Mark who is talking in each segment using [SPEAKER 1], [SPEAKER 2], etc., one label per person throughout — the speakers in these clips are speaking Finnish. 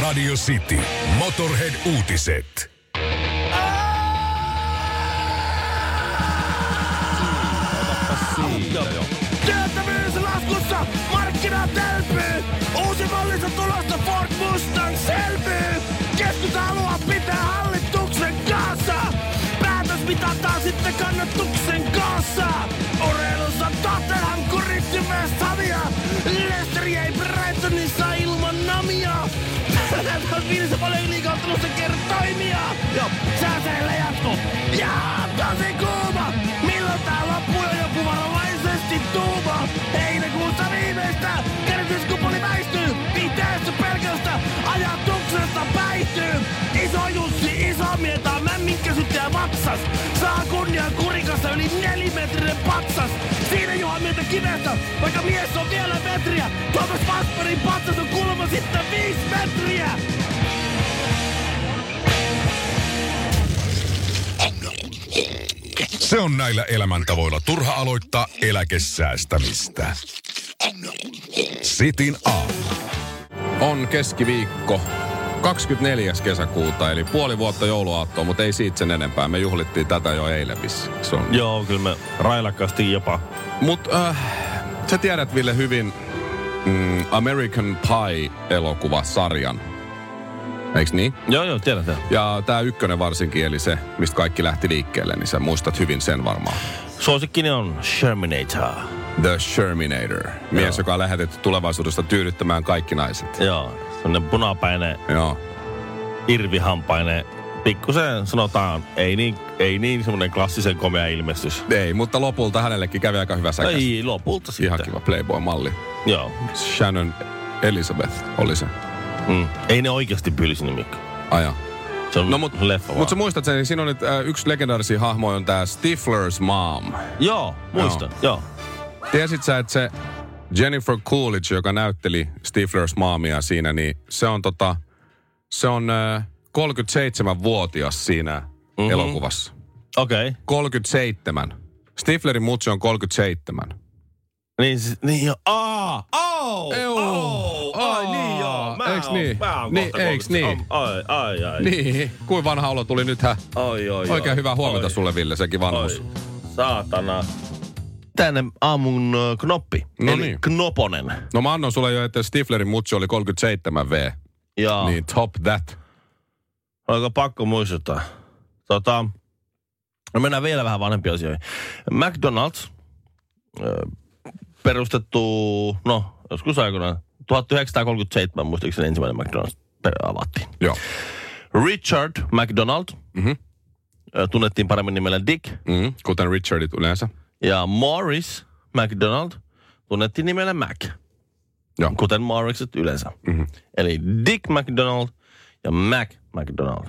[SPEAKER 1] Radio City. Motorhead-uutiset.
[SPEAKER 2] Työttömyys laskussa, markkina tälpyy. Uusi mallissa tulossa Ford Mustang selvyy. Keskusta haluaa pitää hallituksen kanssa. Päätös mitataan sitten kannatuksen kanssa. Urheilussa Tottenham kuritti myös Savia. Leicester jäi Brightonissa ilman namia. Tämä on viidessä paljon ylikantelusta kertoimia. Joo. Sääseillä jatko. Jaa, tosi kuuma. Milloin tää loppuu jo joku varovaisesti tuuma? Heinäkuussa viimeistä kerätyskupoli väistyy. Viiteessä pelkästä ajatuksesta päihtyy. Iso Jussi, iso mietä, mämminkä syttää vatsas. Saa kunnian kurikasta yli nelimetrinen patsas. Siinä Juha mieltä kivestä, vaikka mies on vielä metriä. Tuomas Vasperin patsas on kulma sitten viisi metriä.
[SPEAKER 1] Se on näillä elämäntavoilla turha aloittaa eläkesäästämistä. Sitin aamu.
[SPEAKER 3] On keskiviikko, 24. kesäkuuta, eli puoli vuotta jouluaattoa, mutta ei siitä sen enempää. Me juhlittiin tätä jo eilen vissiin. Se on.
[SPEAKER 4] Joo, kyllä me railakkaasti jopa.
[SPEAKER 3] Mut äh, sä tiedät Ville hyvin mm, American Pie-elokuvasarjan, eiks niin?
[SPEAKER 4] Joo, joo, tiedän tämän.
[SPEAKER 3] Ja tää ykkönen varsinkin, eli se, mistä kaikki lähti liikkeelle, niin sä muistat hyvin sen varmaan.
[SPEAKER 4] Suosikkini on Sherminator.
[SPEAKER 3] The Sherminator. Mies,
[SPEAKER 4] Joo.
[SPEAKER 3] joka on lähetetty tulevaisuudesta tyydyttämään kaikki naiset.
[SPEAKER 4] Joo, sellainen punapäinen,
[SPEAKER 3] Joo.
[SPEAKER 4] irvihampainen, pikkusen sanotaan, ei niin, ei niin semmoinen klassisen komea ilmestys.
[SPEAKER 3] Ei, mutta lopulta hänellekin kävi aika hyvä säkäs.
[SPEAKER 4] Ei, lopulta sitten.
[SPEAKER 3] Ihan kiva Playboy-malli.
[SPEAKER 4] Joo.
[SPEAKER 3] Shannon Elizabeth oli se.
[SPEAKER 4] Mm. Ei ne oikeasti pyylisin Mikko.
[SPEAKER 3] Aja.
[SPEAKER 4] Se on
[SPEAKER 3] No
[SPEAKER 4] no,
[SPEAKER 3] mut,
[SPEAKER 4] leffa
[SPEAKER 3] mut sä
[SPEAKER 4] vaan.
[SPEAKER 3] muistat sen, niin siinä on nyt äh, yksi legendaarisia hahmoja on tää Stifler's mom.
[SPEAKER 4] Joo, muistan. Joo.
[SPEAKER 3] Tiesit sä, että se Jennifer Coolidge, joka näytteli Stifler's maamia siinä, niin se on tota, se on äh, 37-vuotias siinä mm-hmm.
[SPEAKER 4] Mhm.
[SPEAKER 3] elokuvassa.
[SPEAKER 4] Okei. Okay.
[SPEAKER 3] 37. Stiflerin mutsi on 37.
[SPEAKER 4] Niin, siis- niin joo. Aa! Au!
[SPEAKER 3] Ei,
[SPEAKER 4] Au!
[SPEAKER 3] aa.
[SPEAKER 4] Ai niin joo. Mä
[SPEAKER 3] Eiks
[SPEAKER 4] oon-
[SPEAKER 3] niin?
[SPEAKER 4] Mä oon
[SPEAKER 3] Niin,
[SPEAKER 4] kohta
[SPEAKER 3] eiks
[SPEAKER 4] kolmekymmentä.
[SPEAKER 3] niin?
[SPEAKER 4] Ai, ai, ai.
[SPEAKER 3] Niin, kuin vanha olo tuli nythän.
[SPEAKER 4] Oi, oi,
[SPEAKER 3] Oikein
[SPEAKER 4] oi.
[SPEAKER 3] hyvää huomenta
[SPEAKER 4] Oi,
[SPEAKER 3] sulle, Ville, sekin vanhus.
[SPEAKER 4] Oi, saatana. Tänne aamun ö, knoppi.
[SPEAKER 3] No
[SPEAKER 4] eli
[SPEAKER 3] niin.
[SPEAKER 4] Knoponen.
[SPEAKER 3] No mä annan sulle jo, että Stiflerin mutsi oli 37V.
[SPEAKER 4] Ja niin.
[SPEAKER 3] Niin top that.
[SPEAKER 4] oliko pakko muistuttaa? Tota, no mennään vielä vähän vanhempiin asioihin. McDonald's, ö, perustettu, no joskus aikoinaan, 1937 muistaakseni ensimmäinen McDonald's per- avattiin.
[SPEAKER 3] Joo.
[SPEAKER 4] Richard McDonald,
[SPEAKER 3] Mhm.
[SPEAKER 4] mm-hmm. tunnettiin paremmin nimellä Dick,
[SPEAKER 3] Mm, kuten Richardit yleensä.
[SPEAKER 4] ja Morris McDonald tunnettiin nimellä Mac,
[SPEAKER 3] Joo.
[SPEAKER 4] kuten Morriset yleensä. Mm-hmm. Eli Dick McDonald ja Mac McDonald.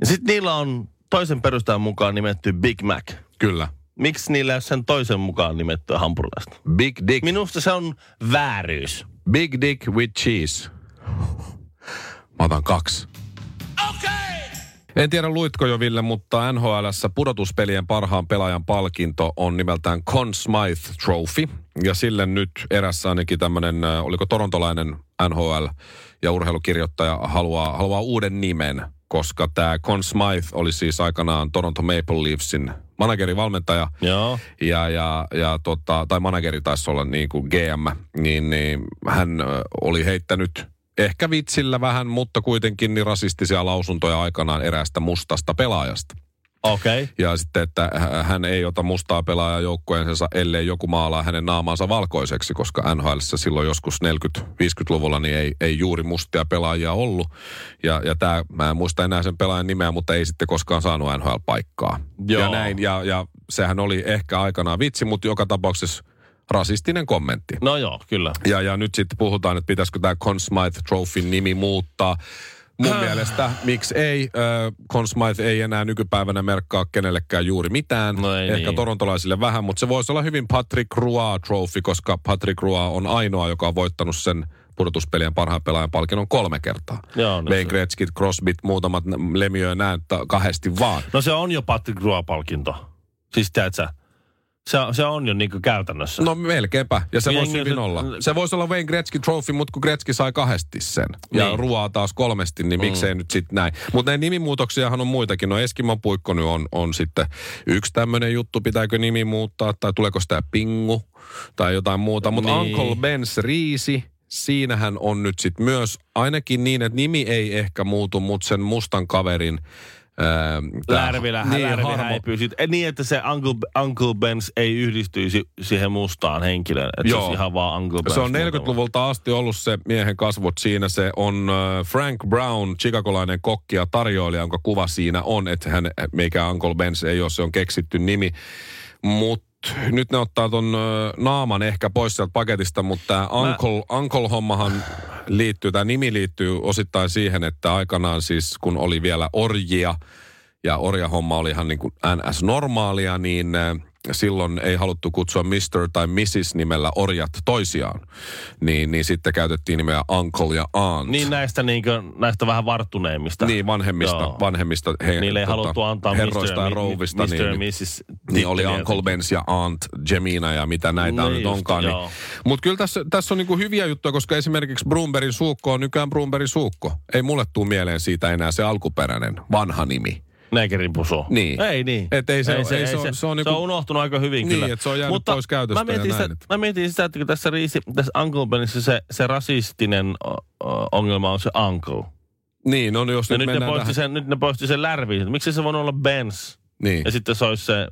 [SPEAKER 4] Ja sitten niillä on toisen perustaan mukaan nimetty Big Mac.
[SPEAKER 3] Kyllä.
[SPEAKER 4] Miksi niillä ei ole sen toisen mukaan nimettyä hampurilaista?
[SPEAKER 3] Big dick.
[SPEAKER 4] Minusta se on vääryys.
[SPEAKER 3] Big dick with cheese. Mä otan kaksi. En tiedä luitko jo Ville, mutta NHLssä pudotuspelien parhaan pelaajan palkinto on nimeltään Conn Smythe Trophy. Ja sille nyt erässä ainakin tämmöinen, äh, oliko torontolainen NHL ja urheilukirjoittaja haluaa, haluaa uuden nimen, koska tämä Conn Smythe oli siis aikanaan Toronto Maple Leafsin manageri, valmentaja
[SPEAKER 4] Joo.
[SPEAKER 3] ja, ja, ja tota, tai manageri taisi olla niin kuin GM, niin, niin hän ö, oli heittänyt ehkä vitsillä vähän, mutta kuitenkin niin rasistisia lausuntoja aikanaan eräästä mustasta pelaajasta.
[SPEAKER 4] Okei. Okay.
[SPEAKER 3] Ja sitten, että hä- hän ei ota mustaa pelaajaa joukkueensa, ellei joku maalaa hänen naamaansa valkoiseksi, koska NHL silloin joskus 40-50-luvulla niin ei, ei juuri mustia pelaajia ollut. Ja, ja tämä, mä en muista enää sen pelaajan nimeä, mutta ei sitten koskaan saanut NHL-paikkaa.
[SPEAKER 4] Joo.
[SPEAKER 3] Ja näin, ja, ja sehän oli ehkä aikanaan vitsi, mutta joka tapauksessa rasistinen kommentti.
[SPEAKER 4] No joo, kyllä.
[SPEAKER 3] Ja, ja nyt sitten puhutaan, että pitäisikö tämä Conn Smythe Trophyn nimi muuttaa. Mun mielestä, miksi ei? Ö, Conn Smythe ei enää nykypäivänä merkkaa kenellekään juuri mitään.
[SPEAKER 4] No ei
[SPEAKER 3] Ehkä
[SPEAKER 4] niin.
[SPEAKER 3] torontolaisille vähän, mutta se voisi olla hyvin Patrick Roy Trophy, koska Patrick Roy on ainoa, joka on voittanut sen pudotuspelien parhaan pelaajan palkinnon kolme kertaa.
[SPEAKER 4] Joo, no
[SPEAKER 3] Wayne
[SPEAKER 4] se-
[SPEAKER 3] Gretzkit, Crosbyt, muutamat n- Lemieux ja näin ta- kahdesti vaan.
[SPEAKER 4] No se on jo Patrick Roy-palkinto. Siis tiedät sä, Se, se on jo niinku käytännössä.
[SPEAKER 3] No melkeinpä, ja se
[SPEAKER 4] Jengi
[SPEAKER 3] voisi
[SPEAKER 4] on
[SPEAKER 3] hyvin
[SPEAKER 4] se-
[SPEAKER 3] olla. Se voisi olla Wayne Gretzky Trophy, mutta kun Gretzky sai kahdesti sen, ja
[SPEAKER 4] Niin. Mm.
[SPEAKER 3] ruoaa taas kolmesti, niin miksei nyt sitten näin. Mutta näin nimimuutoksiahan on muitakin. No Eskimo Puikko nyt on, on sitten yksi tämmöinen juttu, pitääkö nimi muuttaa, tai tuleeko sitä Pingu, tai jotain muuta. Mutta
[SPEAKER 4] Niin.
[SPEAKER 3] Uncle Ben's Riisi, siinähän on nyt sitten myös, ainakin niin, että nimi ei ehkä muutu, mutta sen mustan kaverin ää, tää-
[SPEAKER 4] Lärvilä, niin, lärvi häipyy sit, eh, niin, että se Uncle, Uncle Ben's ei yhdistyisi siihen mustaan henkilöön. Että se
[SPEAKER 3] Joo.
[SPEAKER 4] olisi ihan vaan Uncle Ben's.
[SPEAKER 3] Se on
[SPEAKER 4] muutama.
[SPEAKER 3] 40-luvulta asti ollut se miehen kasvot siinä. Se on äh, Frank Brown, chicagolainen kokki ja tarjoilija, jonka kuva siinä on. Että hän, mikä Uncle Ben's ei ole, se on keksitty nimi. Mutta nyt ne ottaa ton äh, naaman ehkä pois sieltä paketista, mutta tämä Uncle, Uncle-hommahan liittyy, tämä nimi liittyy osittain siihen, että aikanaan siis kun oli vielä orjia, ja orjahomma oli ihan niin kuin NS-normaalia, niin äh, silloin ei haluttu kutsua Mr. tai Mrs. nimellä orjat toisiaan. Niin, niin sitten käytettiin nimeä Uncle ja Aunt.
[SPEAKER 4] Niin näistä, niinkö, näistä vähän varttuneimmista.
[SPEAKER 3] Niin, vanhemmista,
[SPEAKER 4] Joo.
[SPEAKER 3] vanhemmista he, tota,
[SPEAKER 4] Niille ei haluttu antaa
[SPEAKER 3] herroista
[SPEAKER 4] Mr.
[SPEAKER 3] ja
[SPEAKER 4] Mi-
[SPEAKER 3] rouvista.
[SPEAKER 4] Mr.
[SPEAKER 3] niin,
[SPEAKER 4] ja Mrs.
[SPEAKER 3] niin oli
[SPEAKER 4] titteliä.
[SPEAKER 3] Uncle Ben's ja Aunt Jemina ja mitä näitä on
[SPEAKER 4] Niin
[SPEAKER 3] nyt
[SPEAKER 4] just,
[SPEAKER 3] onkaan. Niin.
[SPEAKER 4] joo.
[SPEAKER 3] Mutta kyllä tässä, tässä on niinku hyviä juttuja, koska esimerkiksi Brumberin suukko on nykyään Brumberin suukko. Ei mulle tule mieleen siitä enää se alkuperäinen vanha nimi.
[SPEAKER 4] Neekerin pusu.
[SPEAKER 3] Niin.
[SPEAKER 4] Ei niin.
[SPEAKER 3] Et ei se- ei se- se on
[SPEAKER 4] se,
[SPEAKER 3] niinku-
[SPEAKER 4] on unohtunut aika hyvin
[SPEAKER 3] Niin,
[SPEAKER 4] kyllä.
[SPEAKER 3] et se on jäänyt pois käytöstä
[SPEAKER 4] mä mietin,
[SPEAKER 3] ja
[SPEAKER 4] sitä,
[SPEAKER 3] näin, että-
[SPEAKER 4] mä mietin sitä, että kun tässä, riisi, tässä Uncle Benissä se, se rasistinen o, o, ongelma on se Uncle.
[SPEAKER 3] Niin, no jos nyt
[SPEAKER 4] Ja nyt, ne
[SPEAKER 3] mennään
[SPEAKER 4] poisti
[SPEAKER 3] tähän.
[SPEAKER 4] sen, nyt ne poisti sen lärvi. Miksi se voi olla Benz?
[SPEAKER 3] Niin.
[SPEAKER 4] Ja sitten se olisi se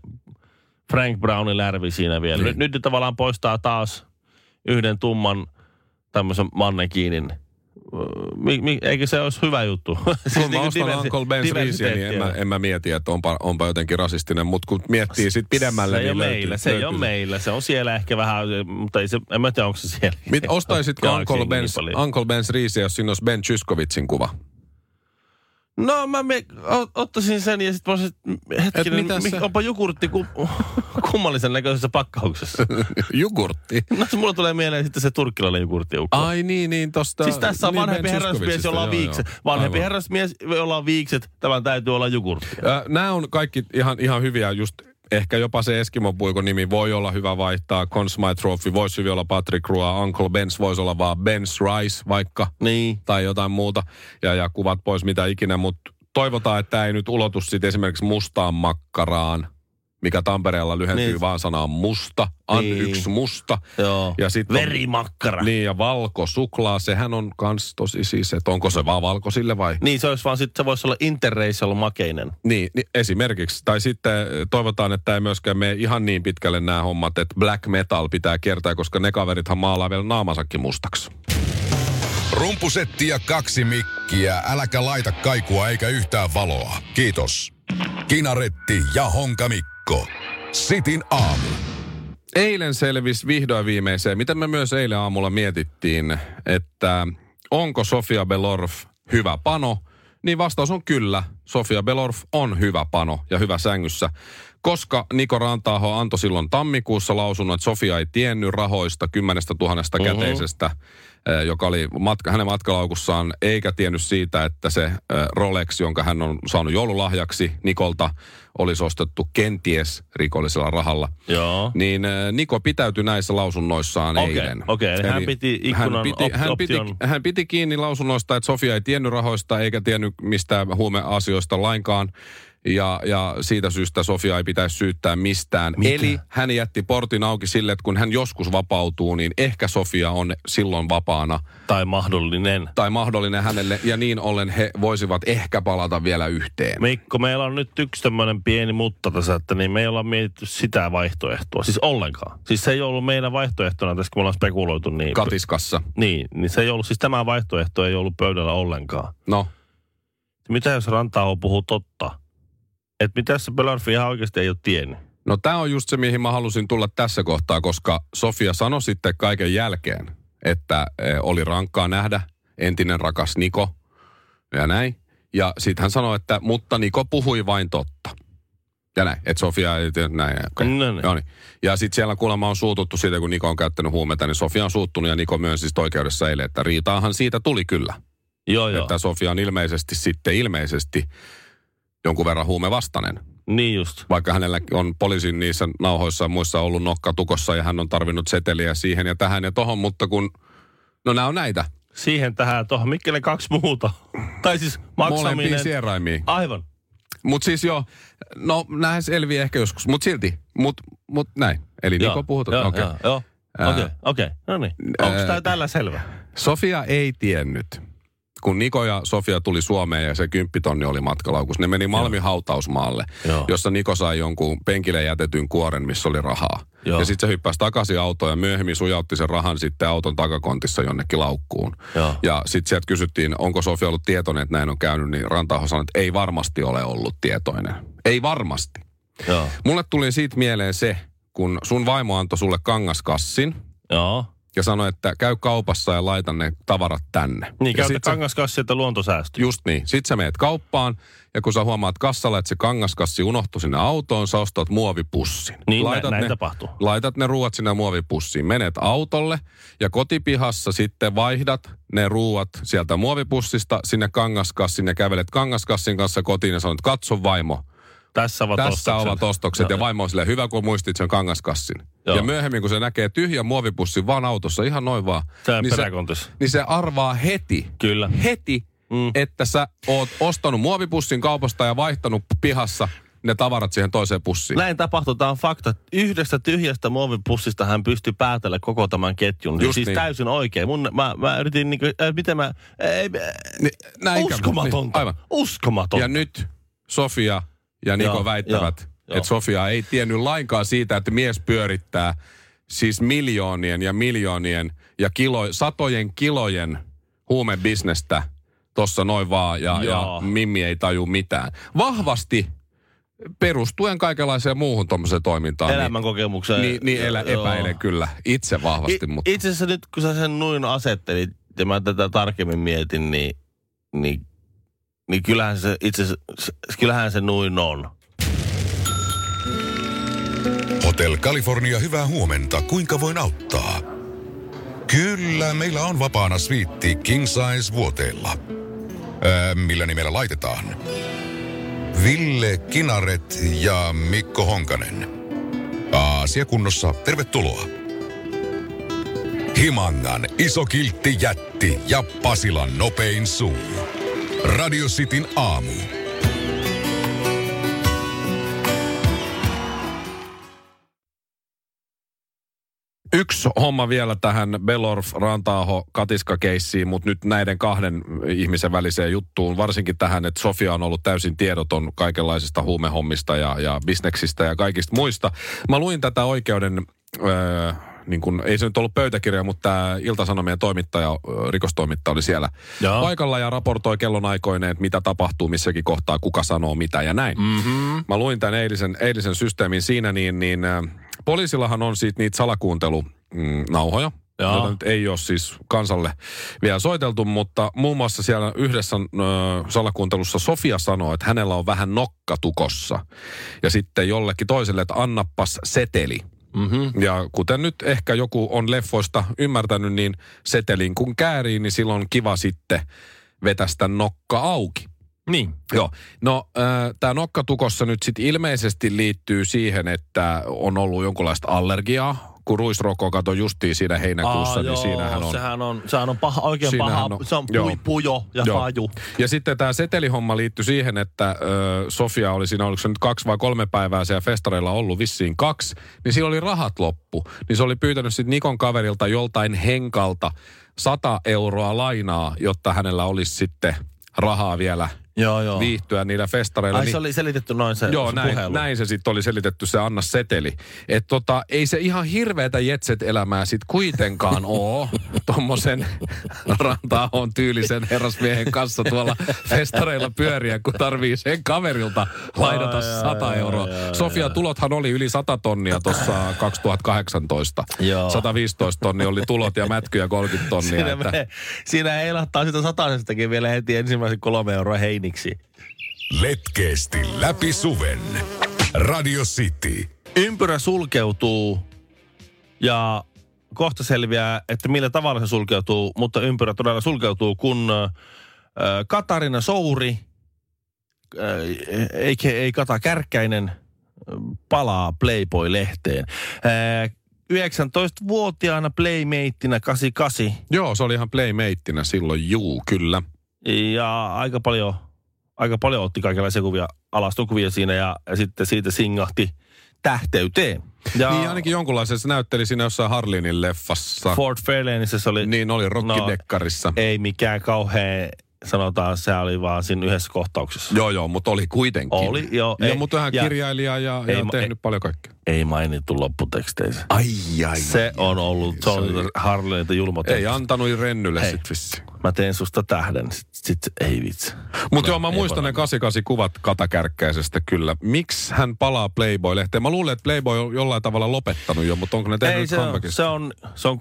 [SPEAKER 4] Frank Brownin lärvi siinä vielä. Nyt,
[SPEAKER 3] Niin.
[SPEAKER 4] nyt ne tavallaan poistaa taas yhden tumman tämmöisen mannekiinin. Mi, mi, eikö se olisi hyvä juttu?
[SPEAKER 3] Kun mä
[SPEAKER 4] niinku
[SPEAKER 3] ostan
[SPEAKER 4] diversi-
[SPEAKER 3] Uncle Ben's riisiä, niin en mä,
[SPEAKER 4] diversiteettiä.
[SPEAKER 3] en mä mieti, että onpa, onpa jotenkin rasistinen. Mutta kun miettii sit pidemmälle,
[SPEAKER 4] se ei
[SPEAKER 3] niin
[SPEAKER 4] ole
[SPEAKER 3] löytyy,
[SPEAKER 4] meillä, se ei
[SPEAKER 3] löytyy
[SPEAKER 4] ole meillä. Se on siellä ehkä vähän, mutta ei se, en mä tiedä, onko se siellä.
[SPEAKER 3] Mit, ostaisitko
[SPEAKER 4] Jaaksi
[SPEAKER 3] Uncle
[SPEAKER 4] jengi niin
[SPEAKER 3] Ben's,
[SPEAKER 4] paljon.
[SPEAKER 3] Uncle Ben's riisiä, jos siinä olisi Ben Chyskovitsin kuva?
[SPEAKER 4] No mä me, o, ottaisin sen ja sitten mä olisin, että
[SPEAKER 3] Et
[SPEAKER 4] hetkinen,
[SPEAKER 3] mitä
[SPEAKER 4] mi,
[SPEAKER 3] sä-
[SPEAKER 4] onpa jukurtti ku, kummallisen näköisessä pakkauksessa.
[SPEAKER 3] Jogurtti.
[SPEAKER 4] No se mulla tulee mieleen sitten se turkkilainen jukurttiukko.
[SPEAKER 3] Ai niin, niin tosta...
[SPEAKER 4] Siis tässä on
[SPEAKER 3] niin,
[SPEAKER 4] vanhempi
[SPEAKER 3] Ben
[SPEAKER 4] herrasmies,
[SPEAKER 3] Zyskowiczista,
[SPEAKER 4] jolla on
[SPEAKER 3] joo,
[SPEAKER 4] viikset.
[SPEAKER 3] joo.
[SPEAKER 4] Vanhempi
[SPEAKER 3] Aivan.
[SPEAKER 4] herrasmies, jolla on viikset. Tämän täytyy olla jukurttia.
[SPEAKER 3] Nämä on kaikki ihan, ihan hyviä, just ehkä jopa se Eskimo puikon nimi voi olla hyvä vaihtaa. Conn Smythe Trophy voisi hyvin olla Patrick Roy, Uncle Ben's voisi olla vaan Ben's Rice vaikka.
[SPEAKER 4] Niin.
[SPEAKER 3] tai jotain muuta ja, ja kuvat pois mitä ikinä, mutta toivotaan, että tämä ei nyt ulotu sitten esimerkiksi mustaan makkaraan, mikä Tampereella lyhentyy
[SPEAKER 4] Niin.
[SPEAKER 3] niin. vaan sanaan musta, an
[SPEAKER 4] Niin.
[SPEAKER 3] niin. yksi musta.
[SPEAKER 4] Joo.
[SPEAKER 3] Ja sit on-
[SPEAKER 4] Verimakkara. Niin.
[SPEAKER 3] Niin ja valkosuklaa, sehän on kans tosi siis, että onko se vaan valkosille vai?
[SPEAKER 4] niin se olisi vaan sit, se voisi olla interracial makeinen.
[SPEAKER 3] Niin, niin esimerkiksi. Tai sitten eh, toivotaan, että ei myöskään mene ihan niin pitkälle nämä hommat, että black metal pitää kiertää, koska ne kaverithan maalaa vielä naamansakin mustaksi.
[SPEAKER 1] Rumpusetti ja kaksi mikkiä. Äläkä laita kaikua eikä yhtään valoa. Kiitos. Kinaretti ja Honkamikko. Sitin aamu.
[SPEAKER 3] Eilen selvisi vihdoin viimeiseen, mitä me myös eilen aamulla mietittiin, että onko Sofia Belorf hyvä pano, niin vastaus on kyllä. Sofia Belorf on hyvä pano ja hyvä sängyssä, koska Niko Rantaaho antoi silloin tammikuussa lausunnon, että Sofia ei tiennyt rahoista 10 000 käteisestä, eh, joka oli matka, hänen matkalaukussaan, eikä tiennyt siitä, että se eh, Rolex, jonka hän on saanut joululahjaksi Nikolta, olisi ostettu kenties rikollisella rahalla.
[SPEAKER 4] Joo.
[SPEAKER 3] Niin äh, Niko pitäytyi näissä lausunnoissaan
[SPEAKER 4] Okei,
[SPEAKER 3] eilen.
[SPEAKER 4] okei, eli hän piti ikkunan
[SPEAKER 3] hän piti,
[SPEAKER 4] op-
[SPEAKER 3] hän, piti,
[SPEAKER 4] option.
[SPEAKER 3] hän piti kiinni lausunnoista, että Sofia ei tiennyt rahoista eikä tiennyt mistään huumeasioista lainkaan. Ja, ja siitä syystä Sofia ei pitäisi syyttää mistään. Mitä? Eli hän jätti portin auki sille, että kun hän joskus vapautuu, niin ehkä Sofia on silloin vapaana
[SPEAKER 4] Tai mahdollinen.
[SPEAKER 3] tai mahdollinen hänelle. Ja niin ollen he voisivat ehkä palata vielä yhteen.
[SPEAKER 4] Mikko, meillä on nyt yksi tämmöinen pieni mutta tässä, että niin me ei olla mietitty sitä vaihtoehtoa. Siis ollenkaan. Siis se ei ollut meidän vaihtoehtona tässä, kun me ollaan spekuloitu niin.
[SPEAKER 3] Katiskassa.
[SPEAKER 4] niin, niin se ei ollut, siis tämä vaihtoehto ei ollut pöydällä ollenkaan.
[SPEAKER 3] No,
[SPEAKER 4] Mitä jos Rantaho puhuu totta? Että mitä jos se Belarfi ihan oikeasti ei ole tiennyt?
[SPEAKER 3] No tämä on just se, mihin mä halusin tulla tässä kohtaa, koska Sofia sanoi sitten kaiken jälkeen, että eh, oli rankkaa nähdä entinen rakas Niko ja näin. Ja sitten hän sanoi, että mutta Niko puhui vain totta. Ja näin, että Sofia ei tiedä näin. Okay.
[SPEAKER 4] No niin.
[SPEAKER 3] Joo niin. Ja sitten siellä kuulemma on suututtu siitä, kun Niko on käyttänyt huumeita, niin Sofia on suuttunut ja Niko myönsi sitten oikeudessa eilen, että riitaahan siitä tuli kyllä.
[SPEAKER 4] Joo, joo.
[SPEAKER 3] Että Sofia on ilmeisesti sitten ilmeisesti jonkun verran huumevastainen.
[SPEAKER 4] Niin just.
[SPEAKER 3] Vaikka hänellä on poliisin niissä nauhoissa ja muissa ollut nokka tukossa ja hän on tarvinnut seteliä siihen ja tähän ja tohon, mutta kun... No nämä on näitä.
[SPEAKER 4] Siihen tähän tuohon. Mikkele kaksi muuta. tai siis maksaminen.
[SPEAKER 3] Molempia sieraimia.
[SPEAKER 4] Aivan.
[SPEAKER 3] Mutta siis joo, no näin selviää ehkä joskus, mutta silti. Mutta mut näin. Eli niin kuin puhutut.
[SPEAKER 4] Joo,
[SPEAKER 3] Okei.
[SPEAKER 4] joo, joo. Okei, okei. No niin. Onko tämä tällä selvä?
[SPEAKER 3] Sofia ei tiennyt, kun Niko ja Sofia tuli Suomeen ja se kymppitonni oli matkalaukus. Ne meni Malmin hautausmaalle,
[SPEAKER 4] Joo.
[SPEAKER 3] jossa Niko sai jonkun penkille jätetyn kuoren, missä oli rahaa.
[SPEAKER 4] Joo.
[SPEAKER 3] Ja sitten se hyppäsi takaisin autoon ja myöhemmin sujautti sen rahan sitten auton takakontissa jonnekin laukkuun.
[SPEAKER 4] Joo.
[SPEAKER 3] Ja sitten sieltä kysyttiin, onko Sofia ollut tietoinen, että näin on käynyt, niin Rantaho sanoi, että ei varmasti ole ollut tietoinen. Ei varmasti.
[SPEAKER 4] Joo.
[SPEAKER 3] Mulle tuli siitä mieleen se, kun sun vaimo antoi sulle kangaskassin
[SPEAKER 4] Joo.
[SPEAKER 3] ja sanoi, että käy kaupassa ja laita ne tavarat tänne.
[SPEAKER 4] Niin,
[SPEAKER 3] ja
[SPEAKER 4] käytä
[SPEAKER 3] sä-
[SPEAKER 4] kangaskassi, että luonto säästyy.
[SPEAKER 3] Just niin. Sitten sä meet kauppaan ja kun sä huomaat kassalla, että se kangaskassi unohtui sinne autoon, sä ostat muovipussin.
[SPEAKER 4] Niin, nä- näin
[SPEAKER 3] ne,
[SPEAKER 4] tapahtuu.
[SPEAKER 3] Laitat ne ruuat sinne muovipussiin, menet autolle ja kotipihassa sitten vaihdat ne ruuat sieltä muovipussista sinne kangaskassin ja kävelet kangaskassin kanssa kotiin ja sanot, katso vaimo,
[SPEAKER 4] Tässä ovat
[SPEAKER 3] tässä
[SPEAKER 4] ostokset.
[SPEAKER 3] ovat ostokset. Ja vaimo on silleen, hyvä kun muistit sen kangaskassin.
[SPEAKER 4] Joo.
[SPEAKER 3] Ja myöhemmin kun se näkee tyhjän muovipussin vaan autossa, ihan noin vaan.
[SPEAKER 4] Tää
[SPEAKER 3] se,
[SPEAKER 4] peräkontissa.
[SPEAKER 3] niin se arvaa heti,
[SPEAKER 4] Kyllä.
[SPEAKER 3] heti, mm. että sä oot ostanut muovipussin kaupasta ja vaihtanut pihassa ne tavarat siihen toiseen pussiin.
[SPEAKER 4] Näin tapahtui, tämä on fakta. Yhdestä tyhjästä muovipussista hän pystyi päätellä koko tämän ketjun.
[SPEAKER 3] Just
[SPEAKER 4] siis
[SPEAKER 3] niin.
[SPEAKER 4] täysin oikein. Mun, mä, mä yritin, niinku, äh, miten mä... Ei,
[SPEAKER 3] Ni-
[SPEAKER 4] äh,
[SPEAKER 3] Niin, näin kävi.
[SPEAKER 4] uskomatonta.
[SPEAKER 3] Niin, aivan.
[SPEAKER 4] Uskomatonta.
[SPEAKER 3] Ja niin, nyt Sofia ja Niko
[SPEAKER 4] Joo,
[SPEAKER 3] väittävät,
[SPEAKER 4] joo, joo.
[SPEAKER 3] että Sofia ei tiennyt lainkaan siitä, että mies pyörittää siis miljoonien ja miljoonien ja kilo, satojen kilojen huumebisnestä tuossa noin vaan ja, ja
[SPEAKER 4] Joo.
[SPEAKER 3] Mimmi ei taju mitään. Vahvasti perustuen kaikenlaiseen muuhun tuommoiseen toimintaan.
[SPEAKER 4] Elämän kokemukseen.
[SPEAKER 3] Niin, niin elä, epäilen kyllä itse vahvasti,
[SPEAKER 4] I-
[SPEAKER 3] mutta
[SPEAKER 4] Itse asiassa nyt kun sä sen noin asettelit ja mä tätä tarkemmin mietin, niin, niin, niin kyllähän se itse asiassa- s- kyllähän se noin on.
[SPEAKER 1] Hotel California, hyvää huomenta. Kuinka voin auttaa? Kyllä, meillä on vapaana sviitti King Size vuoteella. Ää, millä nimellä laitetaan? Ville Kinaret ja Mikko Honkanen. Asia kunnossa, tervetuloa. Himangan iso kiltti jätti ja Pasilan nopein suu. Radio Cityn aamu.
[SPEAKER 3] Yksi homma vielä tähän Belorf, Rantaaho, Katiska-keissiin, mutta nyt näiden kahden ihmisen väliseen juttuun, varsinkin tähän, että Sofia on ollut täysin tiedoton kaikenlaisista huumehommista ja, ja bisneksistä ja kaikista muista. Mä luin tätä oikeuden, öö, niin kun, ei se nyt ollut pöytäkirja, mutta tämä Ilta-Sanomien toimittaja, öö, rikostoimittaja oli siellä
[SPEAKER 4] Joo.
[SPEAKER 3] paikalla ja raportoi kellonaikoineen, että mitä tapahtuu missäkin kohtaa, kuka sanoo mitä ja näin. Mm-hmm. Mä luin tämän eilisen, eilisen systeemin siinä, niin, niin äh, poliisillahan on siitä niitä salakuuntelunauhoja,
[SPEAKER 4] Joo.
[SPEAKER 3] joita nyt ei ole siis kansalle vielä soiteltu, mutta muun muassa siellä yhdessä äh, salakuuntelussa Sofia sanoo, että hänellä on vähän nokkatukossa. Ja sitten jollekin toiselle, että annappas seteli. Mm-hmm. Ja kuten nyt ehkä joku on leffoista ymmärtänyt, niin setelin kun käärii, niin silloin on kiva sitten vetästä nokka auki.
[SPEAKER 4] Niin.
[SPEAKER 3] Joo. No, tämä nokkatukossa nyt sitten ilmeisesti liittyy siihen, että on ollut jonkunlaista allergiaa, kun ruisroko kato justiin siinä heinäkuussa, niin siinähän on.
[SPEAKER 4] Sehän on, sehän on paha, oikein
[SPEAKER 3] Siinähän
[SPEAKER 4] paha,
[SPEAKER 3] on-
[SPEAKER 4] se on
[SPEAKER 3] joo.
[SPEAKER 4] pui, pujo ja
[SPEAKER 3] Joo.
[SPEAKER 4] paju.
[SPEAKER 3] Ja sitten tämä setelihomma liittyi siihen, että ö, Sofia oli siinä, oliko se nyt kaksi vai kolme päivää siellä festareilla ollut, vissiin kaksi, niin sillä oli rahat loppu. Niin se oli pyytänyt sitten Nikon kaverilta joltain henkalta 100 euroa lainaa, jotta hänellä olisi sitten rahaa vielä
[SPEAKER 4] Joo, joo.
[SPEAKER 3] viihtyä niillä festareilla.
[SPEAKER 4] Ai
[SPEAKER 3] Niin-
[SPEAKER 4] se oli selitetty noin se,
[SPEAKER 3] Joo,
[SPEAKER 4] se
[SPEAKER 3] näin,
[SPEAKER 4] puhelu.
[SPEAKER 3] näin se sitten oli selitetty, se Anna Seteli. Että tota, ei se ihan hirveätä jetset-elämää sitten kuitenkaan oo, tommosen rantaahon tyylisen herrasmiehen kanssa tuolla festareilla pyöriä, kun tarvii sen kaverilta lainata
[SPEAKER 4] Ai, ai,
[SPEAKER 3] 100
[SPEAKER 4] ai,
[SPEAKER 3] euroa.
[SPEAKER 4] ai, ai,
[SPEAKER 3] Sofia, tulothan oli yli 100 tonnia tuossa 2018.
[SPEAKER 4] Joo.
[SPEAKER 3] 115 tonnia oli tulot ja mätkyjä 30 tonnia.
[SPEAKER 4] Siinä,
[SPEAKER 3] Niin, Että,
[SPEAKER 4] menee, siinä heilahtaa sitä satasestakin vielä heti ensimmäisen kolme euroa heiniksi.
[SPEAKER 1] Letkeesti läpi suven. Radio City.
[SPEAKER 4] ympyrä sulkeutuu ja kohta selviää, että millä tavalla se sulkeutuu, mutta ympyrä todella sulkeutuu, kun ö, Katarina Souri äh, eikä, ei Kata Kärkkäinen, äh, palaa Playboy-lehteen. Äh, 19-vuotiaana Playmateina 88
[SPEAKER 3] Joo, se oli ihan playmateina silloin, juu, kyllä.
[SPEAKER 4] ja aika paljon, aika paljon otti kaikenlaisia kuvia, alastukuvia siinä ja, ja sitten siitä singahti tähteyteen. Ja
[SPEAKER 3] Niin ainakin jonkunlaisen se näytteli siinä jossain Harlinin leffassa.
[SPEAKER 4] Ford Fairlaneissa se oli...
[SPEAKER 3] Niin oli rokkidekkarissa.
[SPEAKER 4] No, ei mikään kauhean, sanotaan, se oli vaan siinä yhdessä kohtauksessa.
[SPEAKER 3] Joo, joo, mutta oli kuitenkin.
[SPEAKER 4] Oli, joo,
[SPEAKER 3] Ja
[SPEAKER 4] ei-
[SPEAKER 3] mutta hän
[SPEAKER 4] ja-
[SPEAKER 3] kirjailija ja,
[SPEAKER 4] ei
[SPEAKER 3] ja
[SPEAKER 4] ma-
[SPEAKER 3] tehnyt
[SPEAKER 4] ei-
[SPEAKER 3] paljon kaikkea.
[SPEAKER 4] Ei mainittu lopputeksteissä.
[SPEAKER 3] Ai, ai,
[SPEAKER 4] Se on ollut, se on Harleita julma
[SPEAKER 3] Ei
[SPEAKER 4] teksti.
[SPEAKER 3] antanut Rennylle
[SPEAKER 4] Hei.
[SPEAKER 3] sit vissiin.
[SPEAKER 4] Mä teen susta tähden, sit, sit ei vitsi.
[SPEAKER 3] Mutta joo, mä
[SPEAKER 4] ei
[SPEAKER 3] muistan ne
[SPEAKER 4] varmaan.
[SPEAKER 3] 88 kuvat katakärkkäisestä kyllä. Miksi hän palaa Playboy-lehteen? Mä luulen, että Playboy on jollain tavalla lopettanut jo, mutta onko ne tehnyt
[SPEAKER 4] Ei,
[SPEAKER 3] nyt
[SPEAKER 4] se on,
[SPEAKER 3] comebackista?
[SPEAKER 4] se on, se on,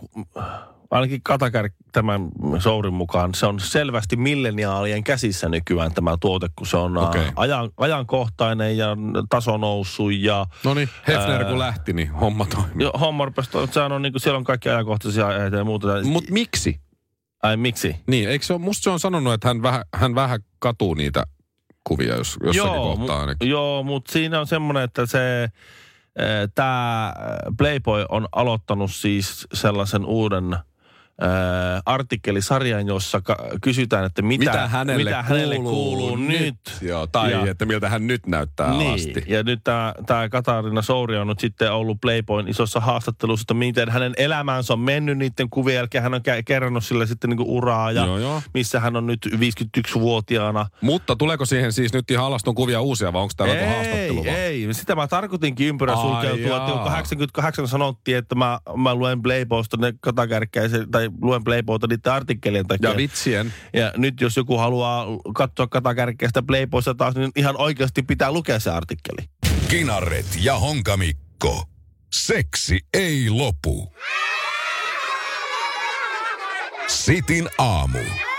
[SPEAKER 4] ainakin Katakärk tämän sourin mukaan, se on selvästi milleniaalien käsissä nykyään tämä tuote, kun se on ä,
[SPEAKER 3] Okei.
[SPEAKER 4] ajan, ajankohtainen ja taso noussut ja
[SPEAKER 3] No niin, Hefner kun
[SPEAKER 4] Ää,
[SPEAKER 3] lähti, niin homma toimii.
[SPEAKER 4] jo, homma rupesi, to- sehän on, niin kuin, siellä on kaikki ajankohtaisia aiheita ja muuta.
[SPEAKER 3] Mut miksi?
[SPEAKER 4] Ai miksi?
[SPEAKER 3] Niin, eikö se ole, musta se on sanonut, että hän vähän, hän vähän katuu niitä kuvia, jos jossakin joo, kohtaa
[SPEAKER 4] mu-
[SPEAKER 3] ainakin.
[SPEAKER 4] joo, mutta siinä on semmoinen, että se tämä Playboy on aloittanut siis sellaisen uuden äh, artikkelisarjan, jossa ka- kysytään, että mitä,
[SPEAKER 3] Mitä hänelle,
[SPEAKER 4] mitä hänelle kuuluu, nyt.
[SPEAKER 3] Joo, tai
[SPEAKER 4] Ja-
[SPEAKER 3] että miltä hän nyt näyttää alasti.
[SPEAKER 4] Niin. Ja nyt tämä Katarina Souri on nyt sitten ollut Playboyn isossa haastattelussa, että miten hänen elämänsä on mennyt niiden kuvien jälkeen. Hän on kä- kerrannut sille sitten niinku uraa ja
[SPEAKER 3] Joo, joo.
[SPEAKER 4] missä hän on nyt 51-vuotiaana.
[SPEAKER 3] Mutta tuleeko siihen siis nyt ihan alaston kuvia uusia vai onko täällä joku haastattelu
[SPEAKER 4] Ei,
[SPEAKER 3] vaan?
[SPEAKER 4] ei. Sitä mä tarkoitinkin ympyrä
[SPEAKER 3] Ai
[SPEAKER 4] sulkeutua.
[SPEAKER 3] jaa.
[SPEAKER 4] että kun 88 sanottiin, että mä, mä luen Playboysta ne katakärkkäisen, tai luen Playboyta niiden artikkelien takia.
[SPEAKER 3] Ja vitsien.
[SPEAKER 4] ja nyt jos joku haluaa katsoa katakärkkäistä Playboysta taas, niin ihan oikeasti pitää lukea se artikkeli.
[SPEAKER 1] Kinaret ja Honkamikko. Seksi ei lopu. Sitin aamu.